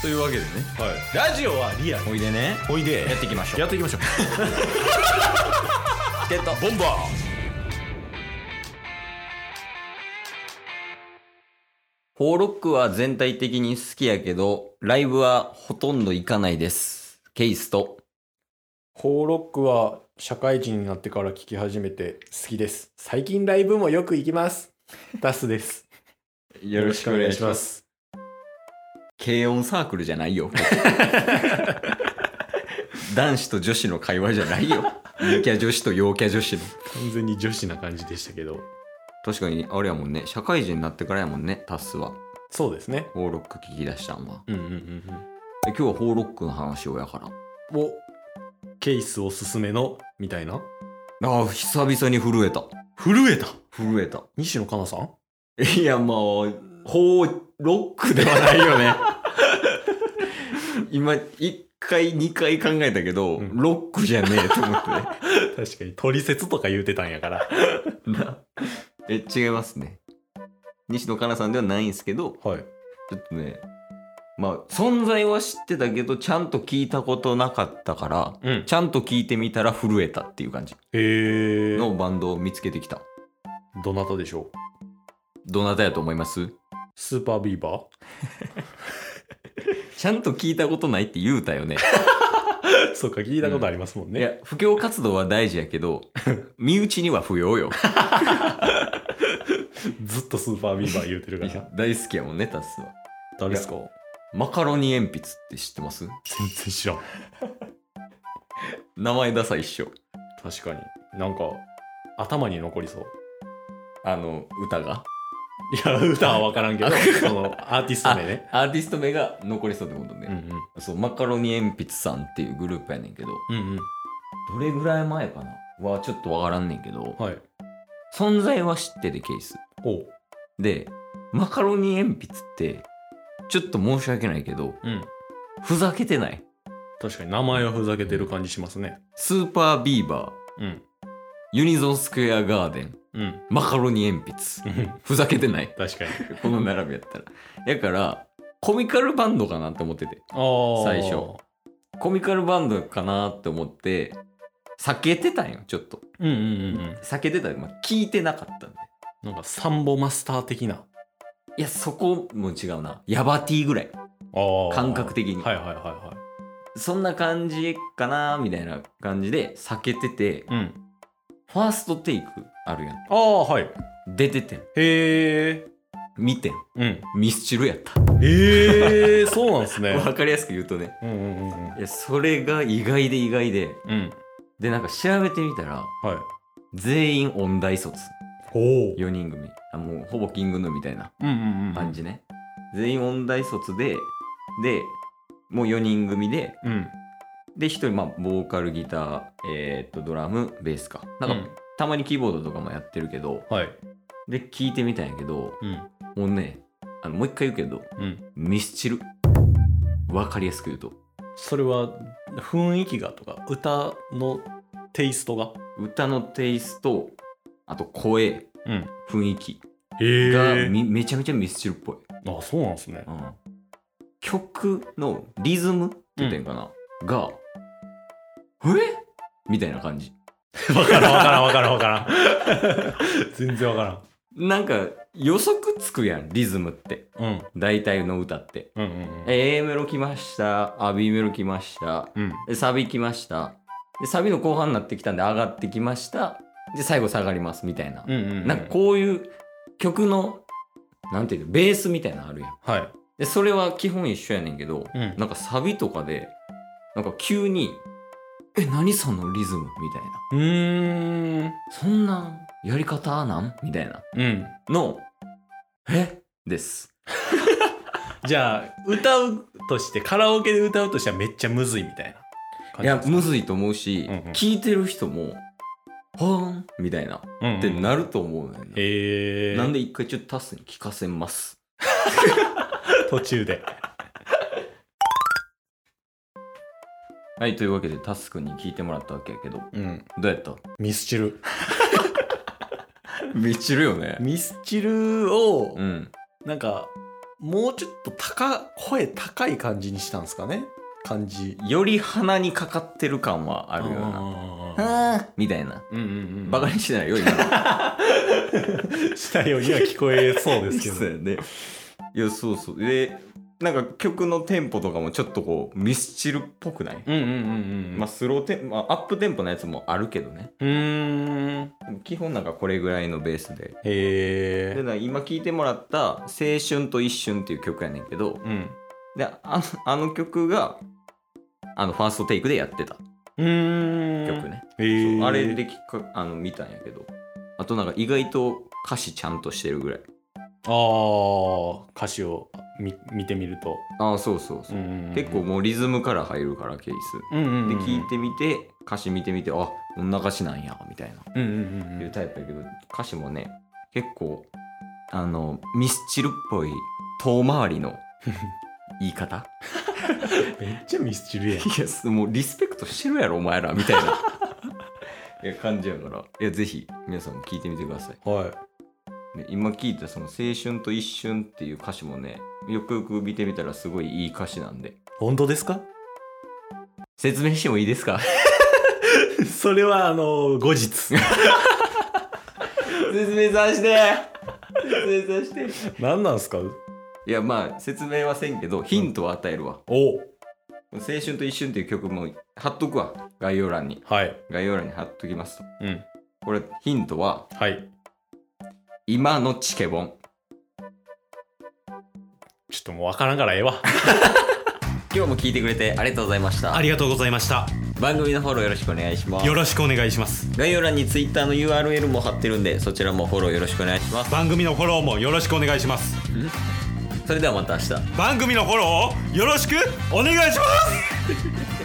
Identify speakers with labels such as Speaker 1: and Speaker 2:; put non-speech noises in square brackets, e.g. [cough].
Speaker 1: というわけでね
Speaker 2: はい、ラジオはリアル
Speaker 1: おいでね
Speaker 2: おいで
Speaker 1: やっていきましょう
Speaker 2: やっていきましょう
Speaker 1: ってた
Speaker 2: ボンバ
Speaker 1: フォーロックは全体的に好きやけどライブはほとんど行かないですケイスと
Speaker 3: 「ホーロック」は社会人になってから聞き始めて好きです最近ライブもよく行きますダス [laughs] です
Speaker 1: よ
Speaker 3: す
Speaker 1: 軽音サークルじゃないよ [laughs] 男子と女子の会話じゃないよ陽キャ女子と陽キャ女子の
Speaker 3: 完全に女子な感じでしたけど
Speaker 1: 確かにあれやもんね社会人になってからやもんねタスは
Speaker 3: そうですね
Speaker 1: フォーロック聞き出したんは
Speaker 3: うんうんうん
Speaker 1: え今日はフォーロックの話をやから
Speaker 3: うんおケースおすすめのみたいな
Speaker 1: ああ久々に震えた
Speaker 3: 震えた
Speaker 1: 震えた
Speaker 3: 西野カナさん
Speaker 1: いやもうフォーロックではない [laughs] よね今1回2回考えたけど、
Speaker 3: うん
Speaker 1: ロックじゃねえと思ってね
Speaker 3: 確かにトリセツとか言うてたんやから
Speaker 1: なえ違いますね西野カナさんではないんですけど
Speaker 3: はい
Speaker 1: ちょっとねまあ存在は知ってたけどちゃんと聞いたことなかったから
Speaker 3: うん
Speaker 1: ちゃんと聞いてみたら震えたっていう感じ
Speaker 3: へえ
Speaker 1: のバンドを見つけてきた
Speaker 3: どなたでしょう
Speaker 1: どなたやと思います
Speaker 3: スーパービーバー
Speaker 1: ちゃんと聞いたことないって言うたよね
Speaker 3: [laughs] そうか聞いたことありますもん
Speaker 1: [laughs] い
Speaker 3: ね、
Speaker 1: や布教活動は大事やけ [laughs] ど身内には不要よ
Speaker 3: ずっとスーパービーバー言うてるか
Speaker 1: いや
Speaker 3: ら
Speaker 1: 大好きやもんねタスは
Speaker 3: 誰ですか
Speaker 1: マカロニ鉛筆って知ってます
Speaker 3: 全然知らん
Speaker 1: 名前ダサいっしょ
Speaker 3: 確かになんか頭に残りそう
Speaker 1: あの歌が
Speaker 3: いや歌は分からんけどそのアーティスト名ね
Speaker 1: アーティスト名が残りそうってことね、
Speaker 3: うんうん
Speaker 1: そうマカロニ鉛筆さんっていうグループやねんけど
Speaker 3: うん
Speaker 1: どれぐらい前かなはちょっとわからんねんけど、
Speaker 3: うんはい
Speaker 1: 存在は知っててケース
Speaker 3: おう
Speaker 1: でマカロニ鉛筆ってちょっと申し訳ないけど
Speaker 3: うん
Speaker 1: ふざけてない
Speaker 3: 確かに名前はふざけてる感じしますね
Speaker 1: スーパービーバー
Speaker 3: うん
Speaker 1: ユニゾンスクエアガーデン
Speaker 3: うん [laughs]
Speaker 1: マカロニ鉛筆
Speaker 3: うん
Speaker 1: ふざけてない
Speaker 3: 確かに
Speaker 1: この並びやったらやからコミカルバンドかなって思ってて
Speaker 3: ああ
Speaker 1: 最初コミカルバンドかなって思って避けてたんよちょっと
Speaker 3: うんうんうんうん
Speaker 1: 避けてたまあ、聞いてなかったんで
Speaker 3: なんかサンボマスター的ない
Speaker 1: やそこも違うなヤバティぐらい感覚
Speaker 3: 的
Speaker 1: 的に、
Speaker 3: はいはいはいは
Speaker 1: そんな感じかなみたいな感じで避けてて
Speaker 3: いうん
Speaker 1: ファーストテイクあるやん
Speaker 3: ああはい
Speaker 1: 出ててん
Speaker 3: へえ
Speaker 1: 見てん [laughs]
Speaker 3: うん
Speaker 1: ミスチルやった
Speaker 3: ええそうなんですね
Speaker 1: [laughs] わかりやすく言うとね
Speaker 3: うんうんうんうん
Speaker 1: いやそれが意外で意外で
Speaker 3: うん
Speaker 1: でなんか調べてみたら
Speaker 3: はい
Speaker 1: 全員音大卒
Speaker 3: おお
Speaker 1: 4人組あもうほぼキングヌーみたいな
Speaker 3: うんうんうん
Speaker 1: 感じね、全員音大卒ででもう4人組で
Speaker 3: うん
Speaker 1: で1人まあボーカルギター、えーっとドラムベースかなんか、
Speaker 3: うん
Speaker 1: たまにキーボードとかもやってるけど
Speaker 3: はい
Speaker 1: で聞いてみたんやけど
Speaker 3: うん
Speaker 1: もうねあのもう一回言うけど
Speaker 3: うん
Speaker 1: ミスチルわかりやすく言うと
Speaker 3: それは雰囲気がとか歌のテイストが
Speaker 1: 歌のテイストあと声
Speaker 3: うん
Speaker 1: 雰囲気が
Speaker 3: へえ
Speaker 1: みめちゃめちゃミスチルっぽい、
Speaker 3: あそうなんですね
Speaker 1: うん曲のリズムって言ってんかな、が「えみたいな感じ
Speaker 3: わからんわからんわからんわからん [laughs] 全然わか
Speaker 1: なんか予測つくやんリズムって
Speaker 3: らんうん
Speaker 1: 大体の歌って
Speaker 3: うんうんうん
Speaker 1: A メロ来ましたあ B メロ来ました
Speaker 3: うん
Speaker 1: でサビ来ましたでサビの後半になってきたんで上がってきましたで最後下がりますみたいな、
Speaker 3: うんうん
Speaker 1: なんかこういう曲のなんていうのベースみたいなのあるやん
Speaker 3: はい
Speaker 1: でそれは基本一緒やねんけど、
Speaker 3: うん
Speaker 1: なんかサビとかでなんか急に「え何そのリズム?」みたいな
Speaker 3: うーん
Speaker 1: 「そんなやり方なん?」みたいな
Speaker 3: うん
Speaker 1: の「えです。
Speaker 3: じゃあ歌うとしてカラオケで歌うとしてはめっちゃむずいみたいない
Speaker 1: やむずいと思うし、
Speaker 3: うんうん
Speaker 1: 聞いてる人も「ほーん」みたいなっ
Speaker 3: うんうん
Speaker 1: てなると思うのよね、
Speaker 3: へえ
Speaker 1: なんで一回ちょっとタスに聞かせます
Speaker 3: 途中で
Speaker 1: はいというわけでタスくんに聞いてもらったわけやけど
Speaker 3: うん
Speaker 1: どうやった
Speaker 3: ミスチル
Speaker 1: ミチるよね
Speaker 3: ミスチルを
Speaker 1: うん
Speaker 3: なんかもうちょっと高声高い感じにしたんですかね感じ
Speaker 1: より鼻にかかってる感はあ
Speaker 3: あ
Speaker 1: るような
Speaker 3: な
Speaker 1: あーみたいな
Speaker 3: うんうんうん
Speaker 1: バカにしてないよ今の
Speaker 3: したようには聞こえそうですけ
Speaker 1: そ
Speaker 3: ど
Speaker 1: うやねいやそうそうでなんか曲のテンポとかもちょっとこうミスチルっぽくない、
Speaker 3: [laughs] うんうんうんうん
Speaker 1: まあスローテン、まあ、アップテンポのやつもあるけどね
Speaker 3: うーん
Speaker 1: 基本なんかこれぐらいのベースで
Speaker 3: へえ
Speaker 1: でな今聴いてもらった「青春と一瞬」っていう曲やねんけど
Speaker 3: うん
Speaker 1: であのあの曲があのファーストテイクでやってた
Speaker 3: うーん
Speaker 1: 曲ね、
Speaker 3: へ
Speaker 1: そ
Speaker 3: ー
Speaker 1: うあれできかあの見たんやけどあとなんか意外と歌詞ちゃんとしてるぐらい
Speaker 3: ああ歌詞を見見てみると、
Speaker 1: ああそうそうそう、結構もうリズムから入るからケース
Speaker 3: うんうんうん
Speaker 1: で聞いてみて歌詞見てみてあこんな歌詞なんやみたいな
Speaker 3: うんうんうんう
Speaker 1: いうんタイプやけど歌詞もね結構あのミスチルっぽい遠回りの言い方
Speaker 3: [laughs] めっちゃミスチルやん
Speaker 1: いやすもうリスペクトしてるやろお前らみたいな [laughs] いや感じやからいやぜひ皆さんも聞いてみてください
Speaker 3: [laughs] はい
Speaker 1: ね今聞いたその「青春と一瞬」っていう歌詞もねよくよく見てみたらすごいいい歌詞なんで
Speaker 3: 本当ですか
Speaker 1: 説明してもいいですか
Speaker 3: それはあの後日
Speaker 1: [laughs]
Speaker 3: [laughs]
Speaker 1: 説明させて [laughs] 説明させて
Speaker 3: 何なんすか
Speaker 1: いやまあ説明はせんけどヒントを与えるわ
Speaker 3: お
Speaker 1: 「青春と一瞬」っていう曲も貼っとくわ概要欄に
Speaker 3: はい
Speaker 1: 概要欄に貼っときますと
Speaker 3: うん
Speaker 1: これヒントは
Speaker 3: はい
Speaker 1: 「今のチケボン
Speaker 3: ちょっともうわからんからええわ」
Speaker 1: 今日も聞いてくれてありがとうございました
Speaker 3: [laughs] ありがとうございました
Speaker 1: 番組のフォローよろしくお願いします
Speaker 3: よろしくお願いします
Speaker 1: 概要欄に Twitter の URL も貼ってるんでそちらもフォローよろしくお願いします
Speaker 3: 番組のフォローもよろしくお願いします
Speaker 1: それではまた明日
Speaker 3: 番組のフォローをよろしくお願いします